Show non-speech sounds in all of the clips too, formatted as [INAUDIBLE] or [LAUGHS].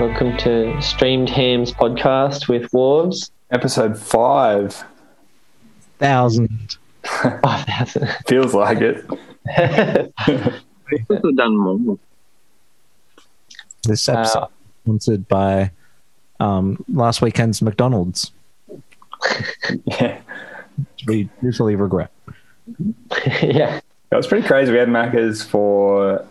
Welcome to Streamed Hams podcast with Warbs. Episode five thousand. 5,000. feels like it. Could have done more. This episode Uh, sponsored by um, last weekend's McDonald's, Yeah, which we usually regret. [LAUGHS] yeah. it was pretty crazy. We had Macca's for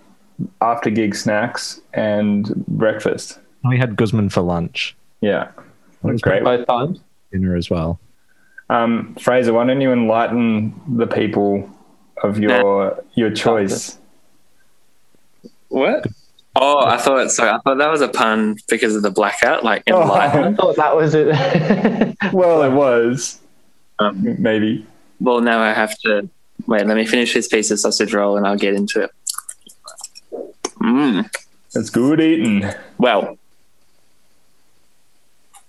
after gig snacks and breakfast. And We had Guzman for lunch, Yeah, that was great. Both times. dinner as well. Um, Fraser, why don't you enlighten the people of your your [LAUGHS] choice? What? Oh, I thought so. I thought that was a pun because of the blackout, like Oh. in light. I thought that was it. [LAUGHS] [LAUGHS] well, it was Um, maybe. well, now I have to wait. Let me finish this piece of sausage roll, and I'll get into it. Mm. It's good eating. Well,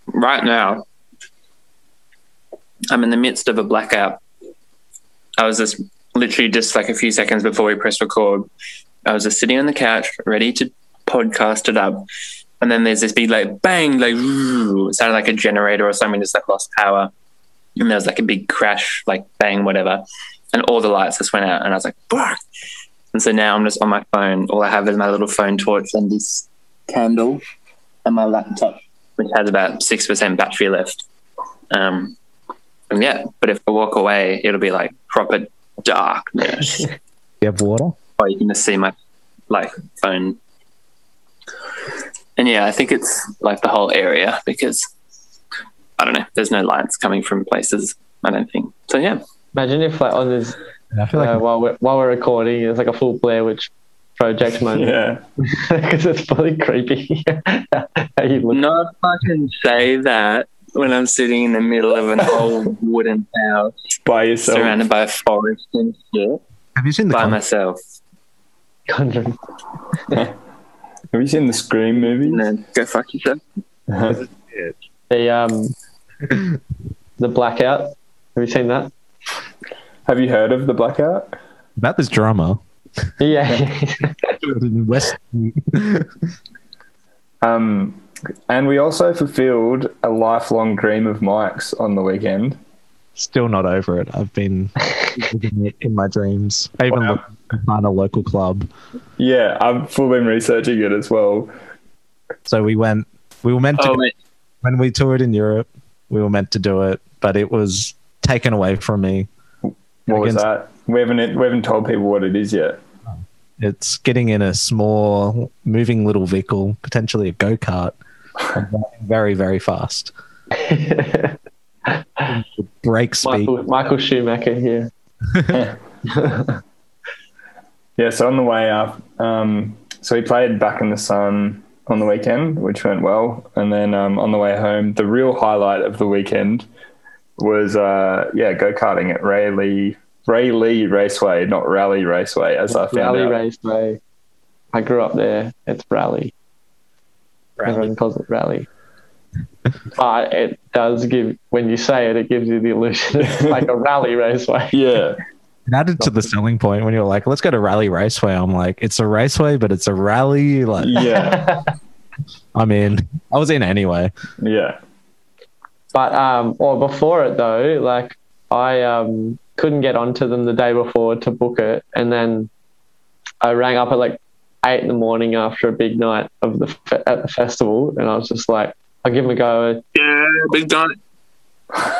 right now, I'm in the midst of a blackout. I was just literally just like a few seconds before we pressed record. I was just sitting on the couch, ready to podcast it up. And then there's this big like bang, like it sounded like a generator or something just like lost power. And there was like a big crash, like bang, whatever. And all the lights just went out and I was like, fuck. And so now I'm just on my phone. All I have is my little phone torch and this candle and my laptop, which has about six percent battery left. Um, and yeah, but if I walk away, it'll be like proper darkness, You have water? or you can just see my like phone. And yeah, I think it's like the whole area because I don't know. There's no lights coming from places. I don't think so. Yeah, Imagine if, like, on this, I feel uh, while, we're, while we're recording, it's like a full Blair Witch project moment Yeah, [LAUGHS] because it's fully creepy. [LAUGHS] How you look. not fucking say that when I'm sitting in the middle of an old wooden house by yourself. surrounded by forest and shit have you seen the by con- myself. Conjuring. Have you seen the Scream movie? [LAUGHS] No, go fuck yourself. The, um, the blackout. Have you seen that? Have you heard of the blackout? about this [LAUGHS] drama? Yeah. in West, Um, and we also fulfilled a lifelong dream of Mike's on the weekend. still not over it. I've been living it in my dreams. I even Wow. looked to find a local club. Yeah, I've full been researching it as well. So we went. We were meant to Oh, go- wait. when we toured in Europe. We were meant to do it, but it was taken away from me. What was Against- that? We haven't we haven't told people what it is yet. It's getting in a small, moving little vehicle, potentially a go kart, very, very fast. Brake [LAUGHS] speed. Michael, Michael Schumacher here. Yeah, so on the way up, um, so we played Back in the Sun on the weekend, which went well, and then um, on the way home, the real highlight of the weekend was uh, yeah go karting at Rayleigh Rayleigh Raceway, not Rally Raceway, as I found Rally out. Raceway. I grew up there. It's Rally. Everyone calls it Rally. but it does give, when you say it, it gives you the illusion it's like a rally [LAUGHS] [LAUGHS] raceway. Yeah, It added to the selling point when you're like, let's go to Rally Raceway. I'm like, it's a raceway, but it's a rally. Like, yeah, [LAUGHS] I'm in. I was in anyway. yeah. [LAUGHS] But, um, or before it though, like I, um, couldn't get onto them the day before to book it. And then I rang up at like eight in the morning after a big night of the, fe- at the festival. And I was just like, I'll give them a go. Yeah, big done.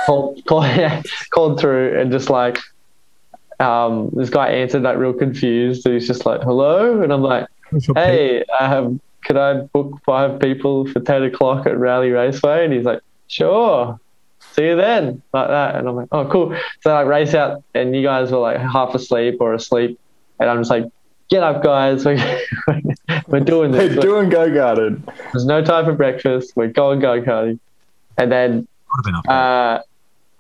called called, [LAUGHS] yeah, called through and just like um, this guy answered like real confused. And he's just like, "Hello," and I'm like, "Hey, um, could I book five people for ten o'clock at Rally Raceway?" And he's like, "Sure." See you then, like that, and I'm like, oh, cool. So I race out, and you guys were like half asleep or asleep, and I'm just like, get up, guys, [LAUGHS] we're, we're doing Hey, this. doing go karting. There's no time for breakfast. We're going go karting, and then Would've been up there. uh,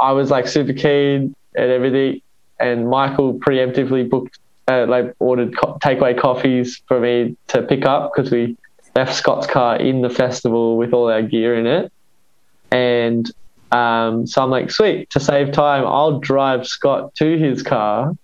I was like super keen and everything, and Michael preemptively booked, uh, like ordered co- takeaway coffees for me to pick up because we left Scott's car in the festival with all our gear in it, and um, so I'm like, sweet, to save time, I'll drive Scott to his car,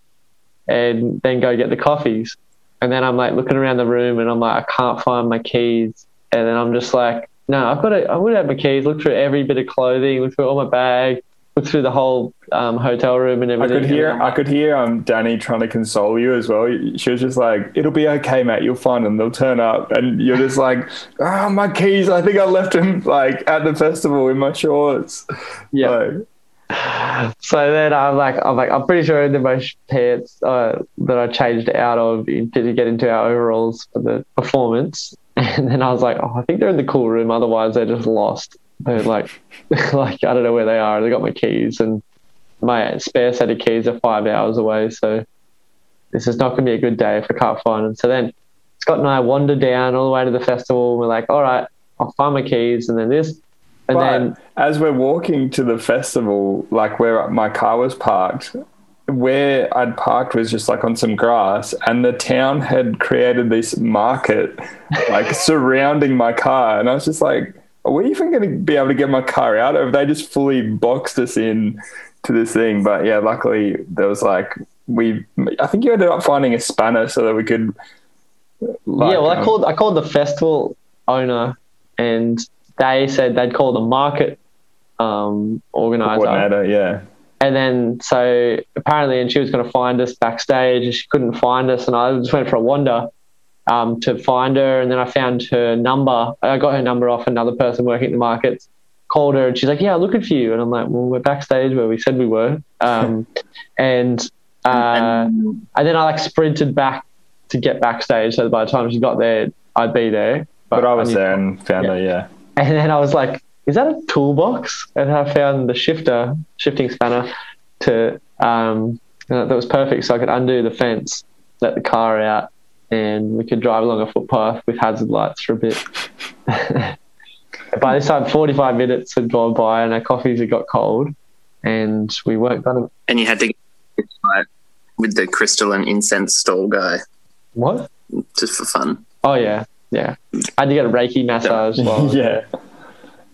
and then go get the coffees, and then I'm like looking around the room, and I'm like, I can't find my keys. And then I'm just like, no, I've got to, I would have my keys, look through every bit of clothing, look through all my bag, look through the whole um, hotel room and I everything. could hear, I could hear um, Danny trying to console you as well. She was just like, "It'll be okay, mate. You'll find them. They'll turn up." And you're just like, "Ah, my keys. I think I left them like at the festival in my shorts." Yeah. Like, [LAUGHS] So then I'm like, I'm like, I'm pretty sure that my sh- pants uh, that I changed out of in- to get into our overalls for the performance. [LAUGHS] And then I was like, oh, I think they're in the cool room. Otherwise, they're just lost. They're like, [LAUGHS] like I don't know where they are. They got my keys and my spare set of keys are five hours away. So this is not going to be a good day if I can't find them. So then Scott and I wander down all the way to the festival. We're like, all right, I'll find my keys and then this. And but then as we're walking to the festival, like where my car was parked, where I'd parked was just like on some grass, and the town had created this market [LAUGHS] like surrounding my car, and I was just like, "Are we even going to be able to get my car out?" Or have they just fully boxed us in to this thing? But yeah, luckily there was like we. I think you ended up finding a spanner so that we could. Like, yeah, well, I um, called I called the festival owner, and they said they'd call the market um, organizer, coordinator. Yeah. and then so apparently, and she was going to find us backstage, and she couldn't find us, and I just went for a wander um, to find her, and then I found her number. I got her number off another person working at the markets. Called her, and she's like, "Yeah, I'm looking for you," and I'm like, "Well, we're backstage where we said we were," [LAUGHS] um, and. Uh, and and then I like sprinted back to get backstage. So by the time she got there, I'd be there. But I was knew- there and found Yeah. her. Yeah. And then I was like, "Is that a toolbox?" And I found the shifter, shifting spanner, to um, uh, that was perfect. So I could undo the fence, let the car out, and we could drive along a footpath with hazard lights for a bit. [LAUGHS] by this time, forty-five minutes had gone by, and our coffees had got cold, and we weren't gonna and you had to get like, with the crystal and incense stall guy what? just for fun. Oh yeah, yeah. I had to get a Reiki massage. While yeah.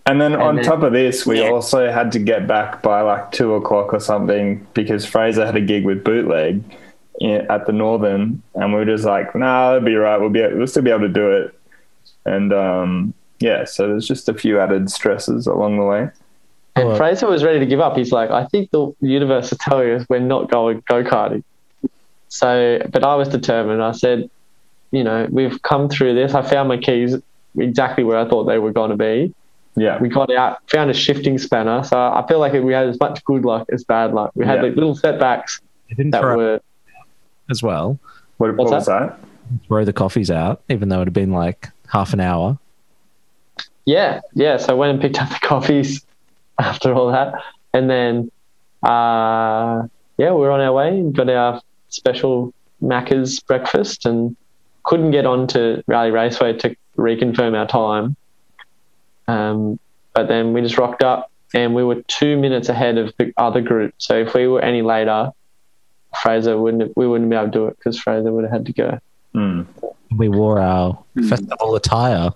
And then on then- top of this, we Yeah. also had to get back by like two o'clock or something because Fraser had a gig with Bootleg in, at the Northern, and we were just like, "Nah, it'll be right. We'll be we'll still be able to do it." And um, yeah, so there's just a few added stresses along the way. And Fraser was ready to give up. He's like, I think the universe is telling us we're not going go karting. So, but I was determined. I said, you know, we've come through this. I found my keys exactly where I thought they were going to be. Yeah, We got out, found a shifting spanner. So I feel like we had as much good luck as bad luck. We had Yeah. like little setbacks It didn't that throw were as well. what, what What's was that? Throw the coffees out, even though it had been like half an hour. yeah, yeah. So I went and picked up the [LAUGHS] coffees after all that, and then uh, yeah, we were on our way and got our special Macca's breakfast, and couldn't get on to Rally Raceway to reconfirm our time. Um, but then we just rocked up, and we were two minutes ahead of the other group. So if we were any later, Fraser wouldn't we wouldn't be able to do it because Fraser would have had to go. Mm. We wore our Mm. festival attire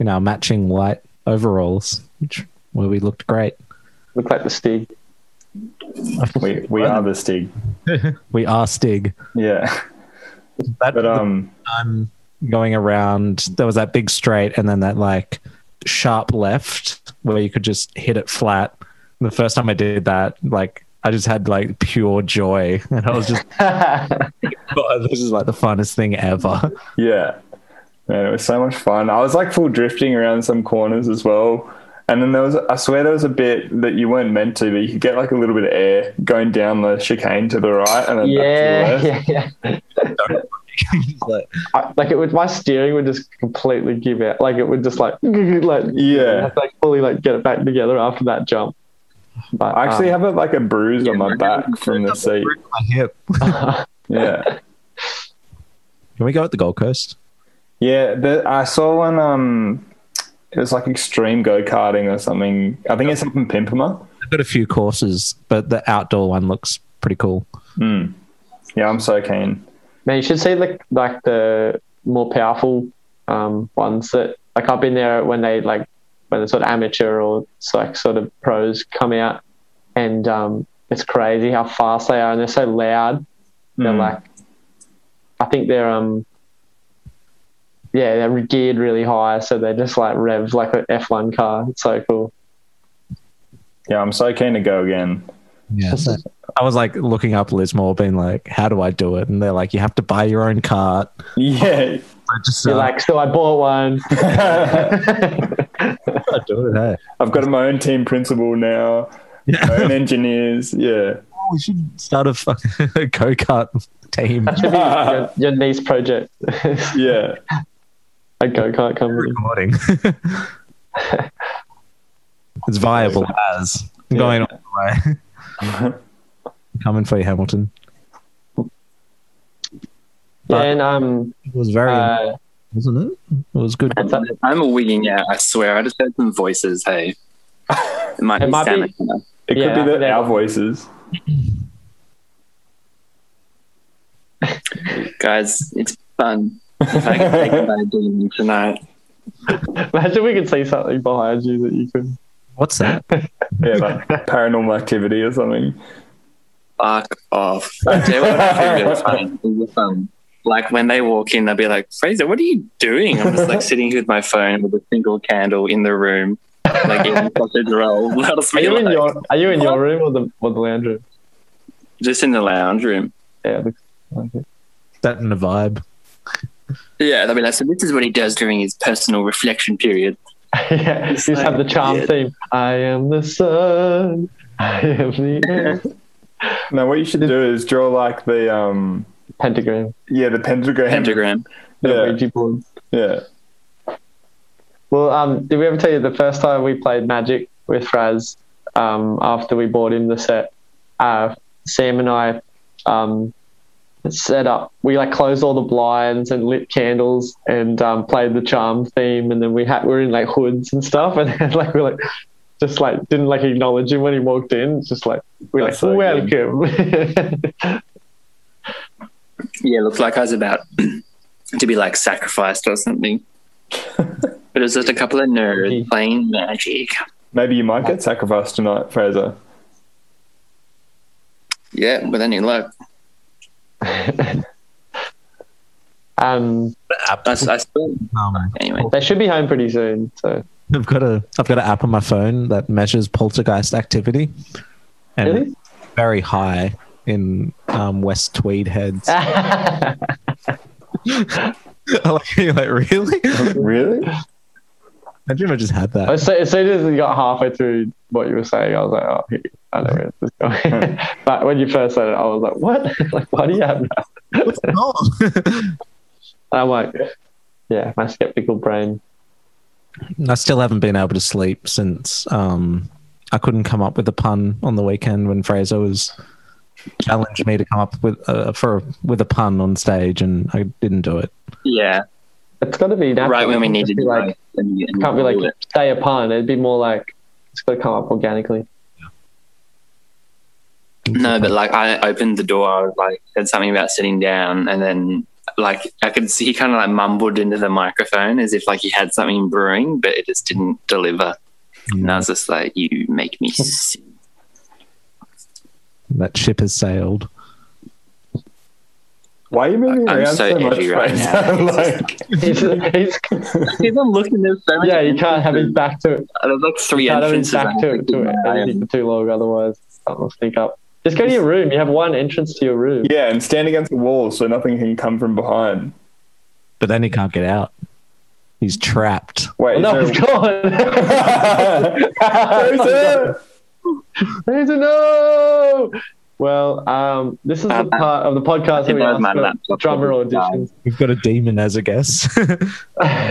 in our matching white overalls, which where we looked great. Look like the Stig. We we are the Stig. We are Stig. Yeah, [LAUGHS] That but um, time going around, there was that big straight and then that like sharp left where you could just hit it flat. And the first time I did that, like I just had like pure joy, [LAUGHS] and I was just, "God, this is like the funnest thing ever. [LAUGHS] Yeah. Man, it was so much fun. I was like full drifting around some corners as well. And then there was, I swear there was a bit that you weren't meant to, but you could get like a little bit of air going down the chicane to the right and [LAUGHS] then back yeah, to the left. yeah, yeah. Like, I, like it would my steering would just completely give out like it would just like [LAUGHS] like Yeah. have to, like fully like get it back together after that jump but um, I actually have a, like a bruise on my Yeah. back from the seat. my hip. um, Yeah. Can we go at the Gold Coast? Yeah. The, I saw one, um, it was like extreme go karting or something. I think it's something Pimpama. I've got a few courses, but the outdoor one looks pretty cool. Mm. Yeah, I'm so keen. man you should see like like the more powerful um ones that like I've been there when they like when the sort of amateur or it's like sort of pros come out and um it's crazy how fast they are and they're so loud They're Mm. like, I think they're um, yeah, they're geared really high, so they're just like revved like an F1 car. It's so cool. Yeah, I'm so keen to go again. [LAUGHS] Yeah. I was like looking up Lismore, being like, how do I do it? And they're like, you have to buy your own cart. Yeah. [LAUGHS] I just [LAUGHS] You're uh, like, so I bought one. I do it. Hey. I've got my own team principal now, my [LAUGHS] Yeah. own engineers. Yeah. we should start a [LAUGHS] fucking go kart team. [LAUGHS] That [LAUGHS] should be your, your niece project. [LAUGHS] a Yeah. go kart company. recording. [LAUGHS] it's viable as I'm going all the way. [LAUGHS] Coming for you, Hamilton. Yeah, But- and um, It was very, uh, wasn't it? It was good. it's, uh, I'm a wigging out, I swear. I just heard some voices, hey. It might It be might be- Santa. Claus. It Yeah, could be that that- our voices. Guys, it's fun. If I can take my doing tonight. imagine we could see something behind you that you could. [LAUGHS] What's that? [LAUGHS] Yeah, like paranormal activity or something. Fuck [LAUGHS] off. I tell you what, I think [LAUGHS] it's funny. It's, um, Like when they walk in, they'll be like, Fraser, what are you doing? I'm just [LAUGHS] like sitting here with my phone with a single candle in the room, [LAUGHS] like in sausage roll. That'll Are be you in like- your Are you in your room or the or the lounge room? just in the lounge room. Yeah, it looks like it. [LAUGHS] that in a vibe. Yeah, they'll be like, so this is what he does during his personal reflection period. yeah, you It's just have the like- charm yeah. theme. I am the sun. I am the air. No, what you should do is draw like the um pentagram. yeah, the pentagram. Pentagram. the Yeah. Ouija board. Yeah. Well, um, did we ever tell you the first time we played Magic with Fraz um, after we bought him the set? Uh, Sam and I um, set up. We like closed all the blinds and lit candles and um, played the charm theme, and then we had we were in like hoods and stuff, [LAUGHS] and then, like we like just like didn't like acknowledge him when he walked in. It's Just like we like That's so welcome. Yeah, looked like I was about [CLEARS THROAT] to be like sacrificed or [LAUGHS] something. but it was just a couple of nerds playing magic. Maybe you might get sacrificed tonight, Fraser. Yeah, with any luck. [LAUGHS] um, I, s- I swear. Um, Anyway, they should be home pretty soon. [LAUGHS] So I've got a I've got an app on my phone that measures poltergeist activity, and really. very high in um, West Tweed heads. Uh, [LAUGHS] like, you're [LAUGHS] like, really? Really? Imagine if I just had that. As soon, as soon as you got halfway through what you were saying, I was like, oh, here- I know where this is going. [LAUGHS] but when you first said it, I was like, what? [LAUGHS] like, why do you have that? [LAUGHS] Oh. And I'm like, yeah, my skeptical brain. I still haven't been able to sleep since um, I couldn't come up with a pun on the weekend when Fraser was challenged me to come up with uh, for with a pun on stage, and I didn't do it. yeah, It's got to be natural. right when we It can't needed it. be like, Like, and you- and can't be you like do it. say a pun. It'd be more like it's got to come up [LAUGHS] organically. no, but like I opened the door, I was like said something about sitting down, and then like I could see he kind of like mumbled into the microphone as if like he had something brewing, but it just didn't deliver. And I was just like, you make me sick. that ship has sailed. Why are you moving I'm around so so, much, edgy right Fraser? [LAUGHS] now. like, He's, he's, Because I'm looking at so many yeah, you can't have his entrances. back to it. There's like three You can't have his entrances. back to, to it anything for too long, otherwise something will sneak up. Just go to your room. You have one entrance to your room. yeah, and stand against the wall so nothing can come from behind. But then he can't get out. He's trapped. Wait, no, is it's gone. [LAUGHS] there... [LAUGHS] Fraser! There's a no. Well, um, this is the Um, part of the I podcast that think we that was ask my for laptop. drummer auditions. We've got a demon as a guess. [LAUGHS] [LAUGHS] yeah,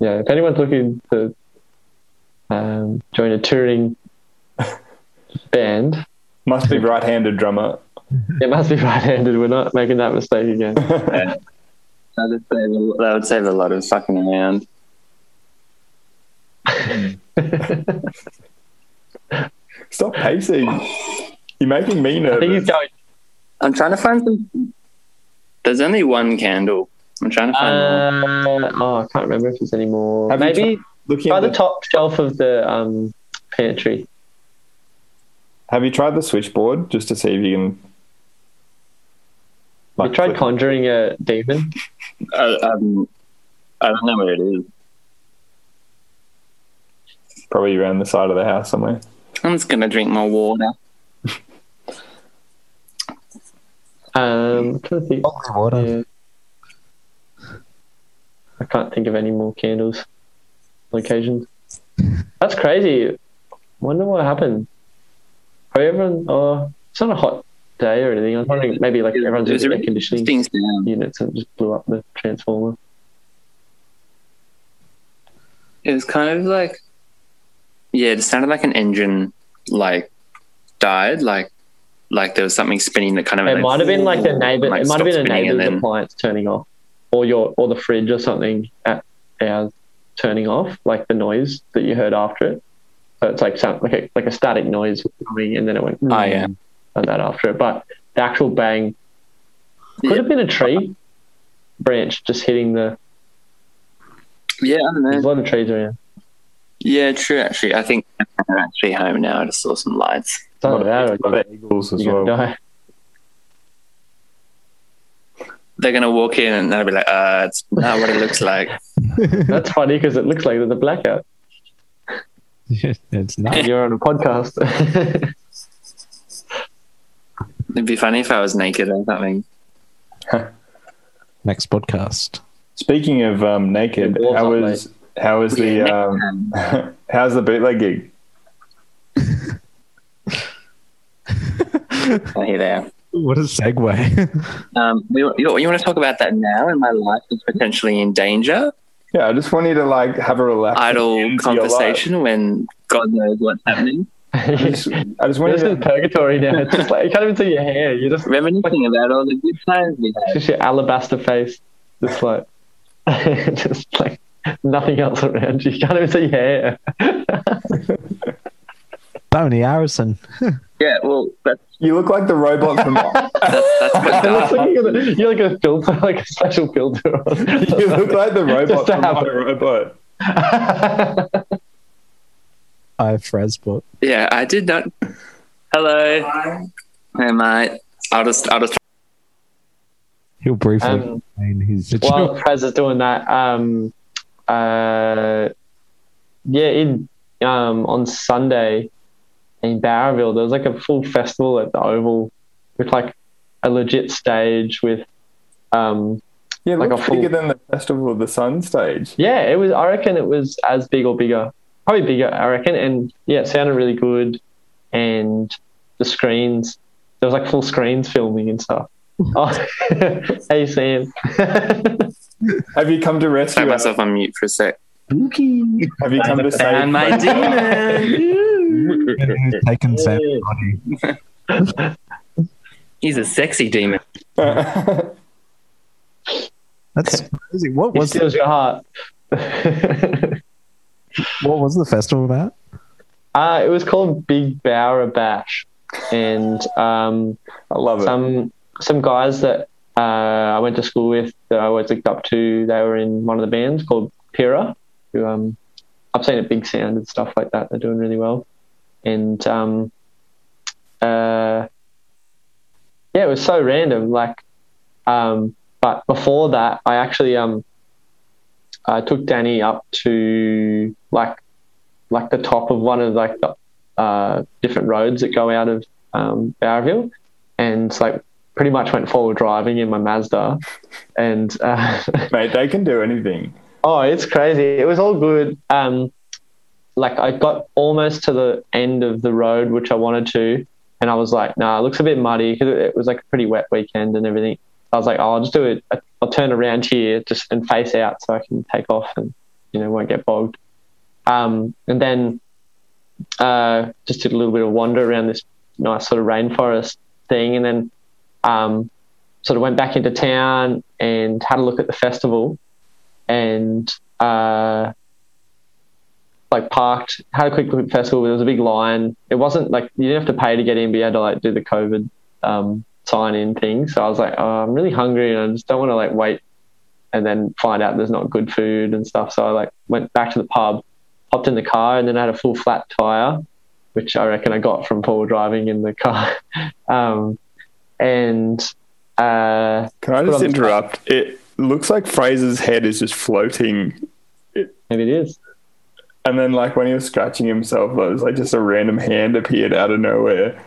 if anyone's looking to um, join a [LAUGHS] touring band, Must be right handed drummer. it must be right-handed. We're not making that mistake again. [LAUGHS] That would, save a, that would save a lot of fucking around. Stop pacing. You're making me I think he's nervous. going. I'm trying to find some. There's only one candle. I'm trying to find more. Uh, oh, I can't remember if there's any more. Have you Maybe Looking by at the the top shelf of the um, pantry. Have you tried the switchboard just to see if you can? You tried conjuring uh, a demon? I, um, I don't know where it is. probably around the side of the house somewhere. I'm just gonna drink my water. Um, I'm trying to think. Holy water. Yeah. I can't think of any more candles locations. That's crazy. Wonder what happened. Probably everyone. Oh, it's not a hot day or anything. I was wondering maybe like everyone's There's in a- air conditioning Things down. units and it just blew up the transformer. It was kind of like, yeah, it sounded like an engine, like died, like like there was something spinning that kind of. It might have been like the neighbor. it might have been a stopped spinning neighbor's and then- appliance turning off, or your or the fridge or something at ours turning off, like the noise that you heard after it. So it's like sound, like a like a static noise coming, and then it went. Oh, yeah. And that after it, but the actual bang could Yeah. have been a tree branch just hitting the. Yeah, I don't know. There's a lot of trees around. Yeah, true. Actually, I think they're actually home now. I just saw some lights. It's either that or a lot of eagles as you're well. gonna die. They're gonna walk in and they'll be like, "Uh, it's not what it looks like." [LAUGHS] That's funny because it looks like there's a blackout. it's not. You're on a podcast. [LAUGHS] It'd be funny if I was naked or something. Next podcast. Speaking of um, naked, The wall's how up, was how was the um, [LAUGHS] how's the bootleg gig? Oh, hey there. What a [LAUGHS] segue. Um, we, you, you want to talk about that now? And my life is potentially in danger. Yeah, I just want you to like have a relaxed Idle end to your life. conversation when God knows what's happening. I just, [LAUGHS] I just want You're you just in to, purgatory now. It's just like you can't even see your hair. You're just Reminiscing about all the good times we it's had. just your alabaster face. Just like [LAUGHS] just like nothing else around you. You can't even see your hair. [LAUGHS] Tony Harrison. Yeah, well, that's you look like the [LAUGHS] robot from [LAUGHS] that's what It looks God. like you got a, you like a filter, [LAUGHS] like a special filter [LAUGHS] on. you look like the Just robot to from have My it. Robot. I Fresbot. Yeah, I did not. Hello. Hey, mate. I'll just, I'll just. He'll briefly Um, explain his. [LAUGHS] [LAUGHS] While Prez is doing that, um, uh, yeah, in um, on Sunday in Barraville, there was like a full festival at the Oval with like a legit stage with um, Yeah, Like like a looks full- bigger than the Festival of the Sun stage. Yeah, it was. I reckon it was as big or bigger, probably bigger. I reckon, and yeah, it sounded really good. And the screens, there was like full screens filming and stuff. Oh, [LAUGHS] hey Sam, [LAUGHS] Have you come to Put rescue us? myself on mute for a sec. Have you come to save And my [LAUGHS] demon. He's taken Sam's body. He's a sexy demon. That's crazy. What he was steals your heart. [LAUGHS] what was the festival about? uh, it was called Big Bower Bash, and um, [LAUGHS] I love it. some some guys that uh, I went to school with that I always looked up to. They were in one of the bands called Pira, who um, I've seen at Big Sound and stuff like that. They're doing really well, and um, uh, yeah, it was so random. Like, um, but before that, I actually um, I took Danny up to like like the top of one of like the uh, different roads that go out of um, Bowerville, and it's like pretty much went forward driving in my Mazda. And uh, Mate, they can do anything. oh, it's crazy. It was all good. Um, like I got almost to the end of the road, which I wanted to, and I was like, nah, it looks a bit muddy because it, it was like a pretty wet weekend and everything. I was like, oh, I'll just do it. I- I'll turn around here just and face out so I can take off and you know won't get bogged. Um, and then uh, just did a little bit of wander around this nice sort of rainforest thing, and then um, sort of went back into town and had a look at the festival, and uh, like parked, had a quick look at the festival. There was a big line. It wasn't like you didn't have to pay to get in, but you had to like do the COVID um, sign in thing. So I was like, oh, I'm really hungry, and I just don't want to like wait and then find out there's not good food and stuff. So I like went back to the pub, hopped in the car, and then I had a full flat tire, [LAUGHS] which I reckon I got from forward driving in the car. um, and Uh, Can I Put just on the- interrupt? It looks like Fraser's head is just floating. maybe it is. And then, like, when he was scratching himself, it was like just a random hand appeared out of nowhere.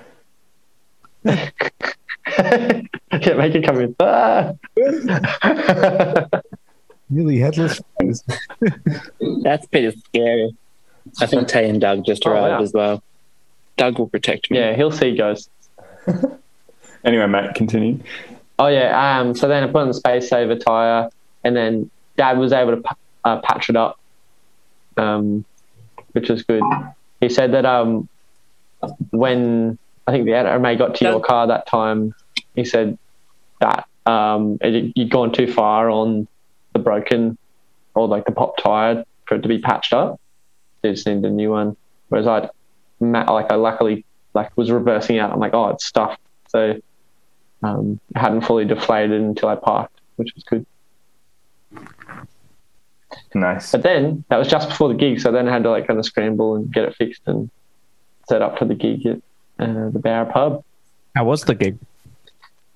[LAUGHS] yeah, make it come in. Ah! [LAUGHS] Really headless. That's pretty scary. I think Tay and Doug just Oh, arrived wow. as well. Doug will protect me. yeah, he'll see ghosts. Anyway, Matt, continue. Oh yeah. Um. So then I put on the space saver tire, and then Dad was able to pa- uh, patch it up, um, which was good. He said that um, when I think the anime got to your car that time, he said that um, it, you'd gone too far on the broken or like the pop tire for it to be patched up. They just needed a new one. Whereas I'd ma- like I luckily like was reversing out. I'm like, oh, it's stuffed. So um, it hadn't fully deflated until I parked, which was good. Nice. But then that was just before the gig, so then I had to like kind of scramble and get it fixed and set up for the gig at uh, the Bower Pub. It How was the gig?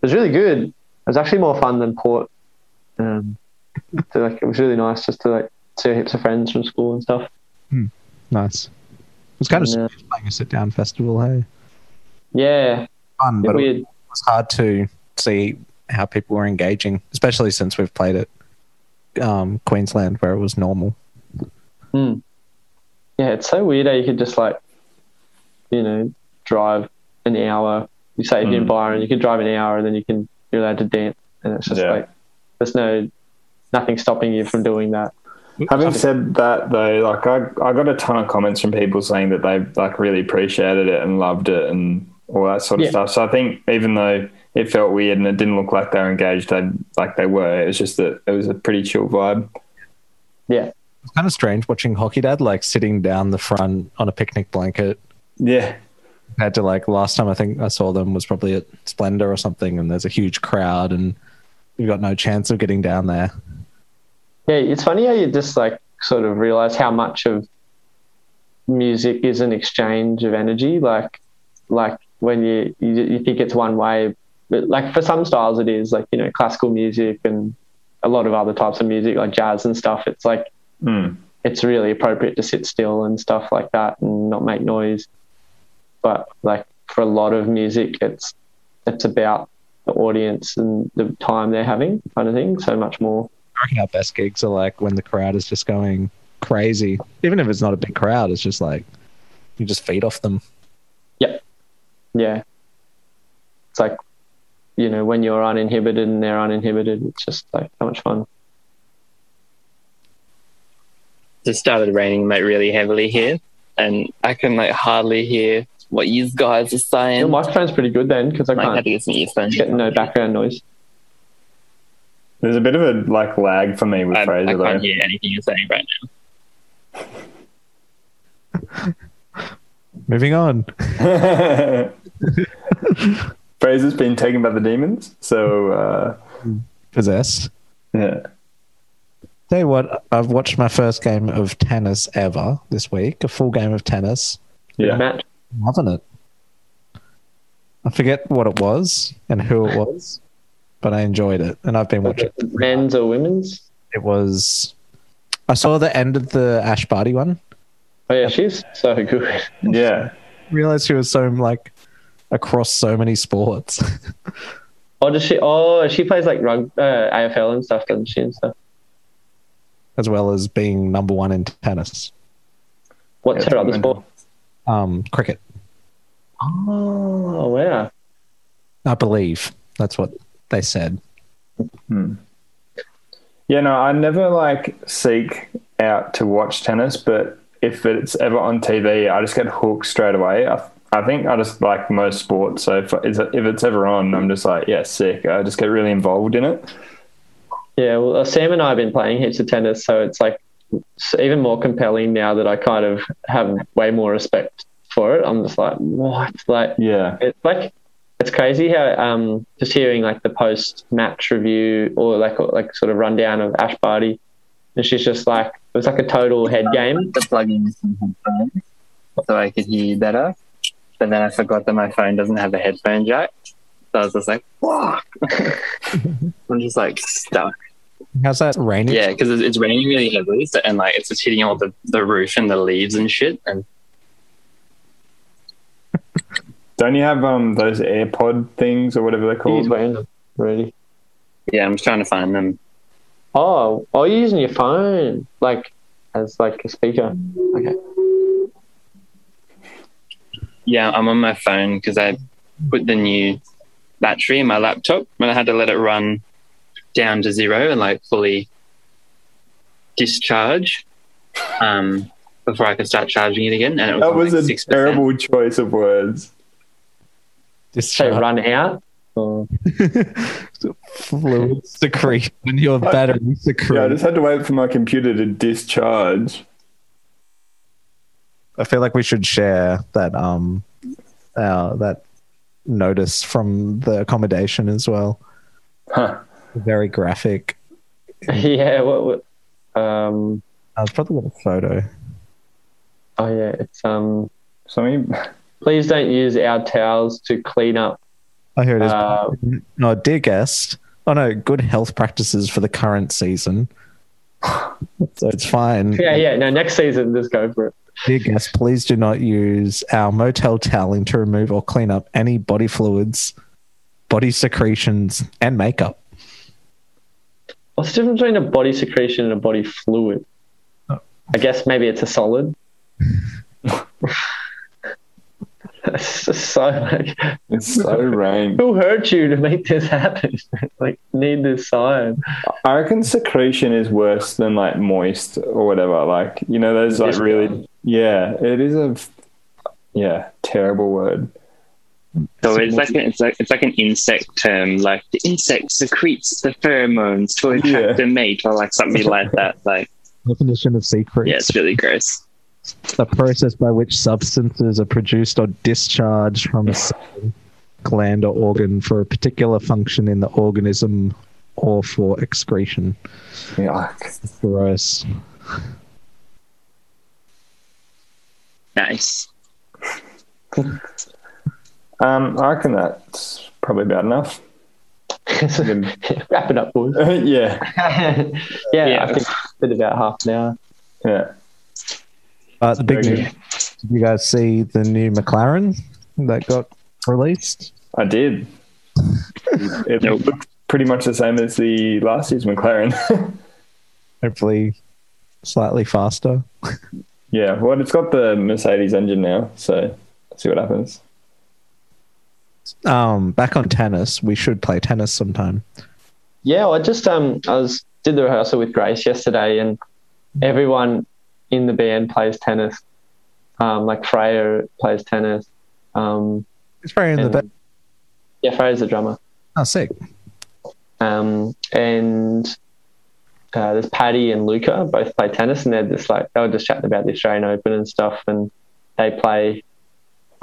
was really good. It was actually more fun than Port. Um, so, like, it was really nice just to like see heaps of friends from school and stuff. Nice. It was kind of And, uh, strange playing a sit down festival, hey? yeah, Fun, but it weird. was hard to see how people were engaging, especially since we've played it um, Queensland where it was normal. yeah, it's so weird how you could just like, you know, drive an hour. You say Mm. in Byron, you can drive an hour, and then you can you're allowed to dance, and it's just Yeah. like there's no nothing stopping you from doing that. Having said that, though, like I, I got a ton of comments from people saying that they like really appreciated it and loved it and all that sort of Yeah. stuff. So I think even though it felt weird and it didn't look like they were engaged, they like they were. It was just that it was a pretty chill vibe. It was kind of strange watching Hockey Dad like sitting down the front on a picnic blanket Yeah, compared to like last time I think I saw them was probably at Splendor or something, and there's a huge crowd, and you've got no chance of getting down there. Yeah, it's funny how you just like sort of realize how much of music is an exchange of energy. Like, like when you you, you think it's one way, but like for some styles it is. Like you know, classical music and a lot of other types of music like jazz and stuff. It's like Mm. it's really appropriate to sit still and stuff like that and not make noise. But like for a lot of music, it's it's about the audience and the time they're having, kind of thing. So much more. I reckon our best gigs are like when the crowd is just going crazy, even if it's not a big crowd. It's just like you just feed off them. yeah it's like you know when you're uninhibited and they're uninhibited it's just like how much fun It started raining like really heavily here, and I can like hardly hear what you guys are your saying. microphone's pretty good then because i Like, I had can't to get some earphones. get no background noise there's a bit of a like lag for me with I, I Fraser though. can't hear anything you're saying right now. Moving on. [LAUGHS] Fraser's been taken by the demons, so uh, Possessed. yeah. Tell you what, I've watched my first game of tennis ever this week, a full game of tennis. Yeah, matt I'm loving it. I forget what it was and who [LAUGHS] it was, but I enjoyed it. And I've been watching men's or women's it was I saw the end of the Ash Barty one. oh yeah she's so good yeah. Realized she was so like across so many sports. [LAUGHS] oh does she oh she plays like rug uh, afl and stuff doesn't she and stuff as well as being number one in tennis. what's Yeah, her other sport Um cricket, oh wow I believe. That's what they said. Yeah, no, I never like seek out to watch tennis, but if it's ever on TV, I just get hooked straight away. I, I think I just like most sports, so if, is it- if it's ever on, I'm just like, yeah, sick. I just get really involved in it. Yeah, well, uh, Sam and I have been playing heaps of tennis, so it's like it's even more compelling now that I kind of have way more respect for it. I'm just like, what? Like, Yeah, it's like it's crazy how um just hearing like the post match review or like or, like sort of rundown of Ash Barty, and she's just like it was like a total head game. To plug in some headphones so I could hear you better, but then I forgot that my phone doesn't have a headphone jack, So I was just like, fuck. [LAUGHS] I'm just like stuck. How's that raining? Yeah, because it's, it's raining really heavily, so, and like it's just hitting all the, the roof and the leaves and shit. And Don't you have um those AirPod things or whatever they're He's called? Mm. wearing them already. yeah, I'm just trying to find them. Oh, oh, you're using your phone like as like a speaker. Okay. Yeah, I'm on my phone because I put the new battery in my laptop and I had to let it run down to zero and like fully discharge um, before I could start charging it again. And it was, That on, was like, a 6%. terrible choice of words. Just So run out. Oh. Or... [LAUGHS] fluid secrete [LAUGHS] when your battery secrete. Yeah, I just had to wait for my computer to discharge. I feel like we should share that um uh, that notice from the accommodation as well. Huh. Very graphic. [LAUGHS] yeah. What, what? Um. I was Uh, probably got a photo. Oh yeah. It's um. So I mean, Please don't use our towels to clean up. Oh, here it is. Uh, no, dear guest. Oh no, good health practices for the current season. so it's fine. Yeah. Yeah. No. Next season, just go for it. Dear guests, please do not use our motel toweling to remove or clean up any body fluids, body secretions, and makeup. What's the difference between a body secretion and a body fluid? Oh. I guess maybe it's a [LAUGHS] solid. It's just so like, [LAUGHS] it's [LAUGHS] so rain. who hurt you to make this happen? [LAUGHS] like, need this sign. I reckon secretion is worse than like moist or whatever. Like you know those like really yeah. It is a f- yeah terrible word. So it's like, a, it's like it's like an insect term, like the insect secretes the pheromones to attract Yeah. the mate, or like something like that. Like, Definition of secrets. yeah, it's really gross. the process by which substances are produced or discharged from a cell, gland or organ for a particular function in the organism or for excretion. Yuck. Gross. Nice. Um, I reckon that's probably about enough. [LAUGHS] Good. [LAUGHS] Wrap it up, boys. [LAUGHS] yeah, yeah, Yeah. I think it's been about half an hour. yeah. Uh, the big Very news. Did you guys see the new McLaren that got released? I did. It Nope. looked pretty much the same as the last year's McLaren. [LAUGHS] Hopefully, slightly faster. yeah, well, it's got the Mercedes engine now, so see what happens. Um, back on tennis. We should play tennis sometime. Yeah, well, I just um, I was did the rehearsal with Grace yesterday, and everyone in the band plays tennis. Um, like Freya plays tennis. Um, It's very in the and, back. yeah, Freya's the drummer. Oh, sick. Um, and uh, there's Paddy and Luca both play tennis, and they're just like they were just chatting about the Australian Open and stuff, and they play.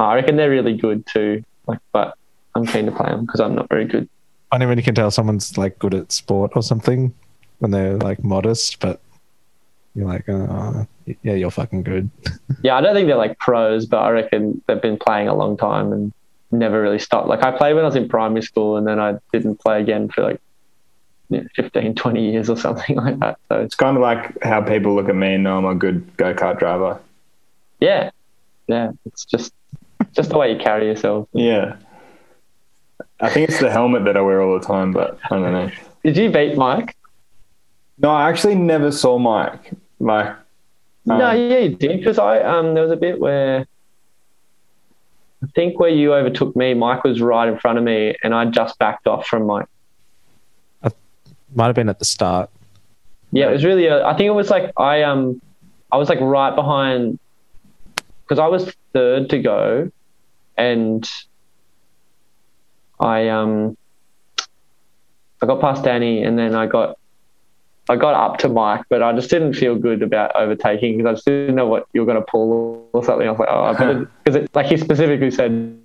I reckon they're really good too. Like, but I'm keen to play them because I'm not very good. Funny when you can tell someone's like good at sport or something when they're like modest, but you're like, oh, yeah, you're fucking good. Yeah, I don't think they're like pros, but I reckon they've been playing a long time and never really stopped. Like I played when I was in primary school, and then I didn't play again for like yeah, 15, 20 years or something [LAUGHS] like that. So it's It's kind of like how people look at me and know I'm a good go kart driver. yeah, yeah, it's just just the way you carry yourself. Yeah. I think it's the helmet that I wear all the time, but I don't know. Did you beat Mike? No, I actually never saw Mike. Like, [LAUGHS] no, um, yeah, you did because I um there was a bit where I think where you overtook me, Mike was right in front of me, and I just backed off from Mike. Might have been at the start. Yeah, it was really. Uh, I think it was like I um, I was like right behind because I was third to go, and I um, I got past Danny, and then I got. I got up to Mike, but I just didn't feel good about overtaking because I just didn't know what you were going to pull or something. I was like, oh, I better because it's like he specifically said,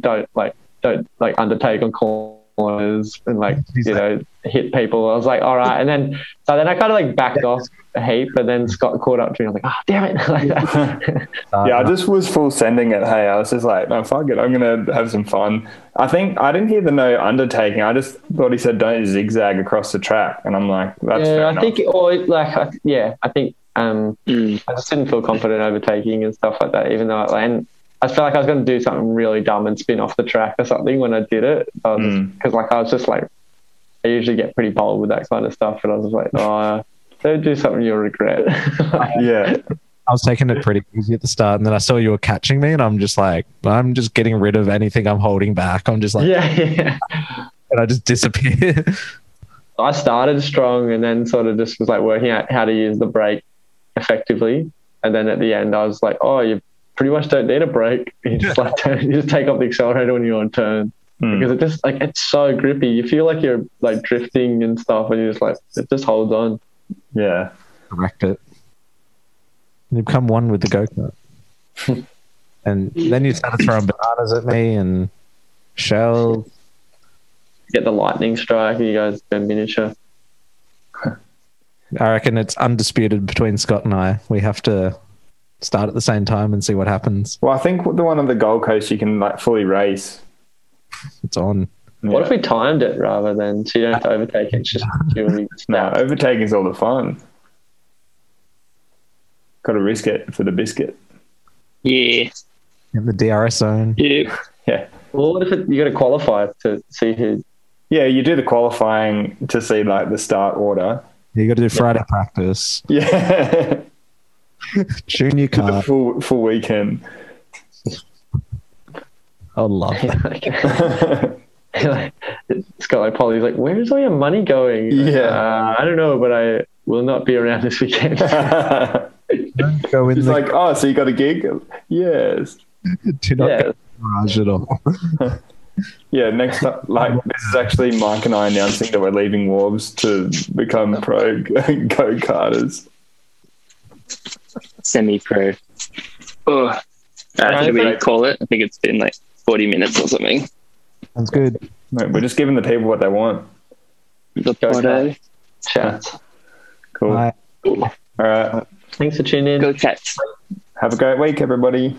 don't like, don't like undertake on corners corners and like you know hit people. I was like, all right, and then so then I kind of like backed off a heap, but then Scott caught up to me. I was like, ah, damn it! [LAUGHS] like that. Uh, yeah, I just was full sending it. Hey, I was just like, no, fuck it. I'm going to have some fun. I think I didn't hear the no undertaking. I just thought he said don't zigzag across the track. And I'm like, that's fair yeah, I enough. think or like I, yeah, I think um, Mm. I just didn't feel confident overtaking and stuff like that. Even though I and I felt like I was going to do something really dumb and spin off the track or something when I did it, because Mm. like I was just like I usually get pretty bold with that kind of stuff, but I was just like, oh, don't do something you'll regret. [LAUGHS] yeah. I was taking it pretty easy at the start, and then I saw you were catching me, and I'm just like, I'm just getting rid of anything I'm holding back. I'm just like, yeah, yeah. and I just disappear. I started strong and then sort of just was like working out how to use the brake effectively. And then at the end, I was like, oh, you pretty much don't need a brake. [LAUGHS] You just like turn, you just take off the accelerator when you're on turn Mm. because it just like it's so grippy. You feel like you're like drifting and stuff, and you just like it just holds on. Yeah. Correct it. You become one with the go [LAUGHS] kart. and then you started throwing bananas at me and shells. Get the lightning strike, and you guys go miniature. I reckon it's undisputed between Scott and I. We have to start at the same time and see what happens. Well, I think the one on the Gold Coast, you can like fully race. It's on. What Yeah. if we timed it rather than so you don't have to overtake it? It's just purely No, snap. overtaking's all the fun. Got to risk it for the biscuit. Yeah. In the DRS zone. Yeah. Well, what if it, you got to qualify to see who? [LAUGHS] Yeah, you do the qualifying to see like the start order. You got to do Friday practice, Yeah, [LAUGHS] junior the car. full full weekend. I love that. it's got like Polly's like, where's all your money going? Like, Yeah. uh, I don't know, but I will not be around this [LAUGHS] weekend. It's [LAUGHS] Go in the, like, oh, so you got a gig? Yes. [LAUGHS] do not yeah, go in the garage at all. [LAUGHS] Yeah, next up, like this is actually Mike and I announcing that we're leaving Warbs to become pro [LAUGHS] go karters. semi pro. Oh, That's what we Right. call it. I think it's been like 40 minutes or something. Sounds good. No, we're just giving the people what they want. The Go photo. chats. Cool. Bye. All right. Thanks for tuning in. Go cats. Have a great week, everybody.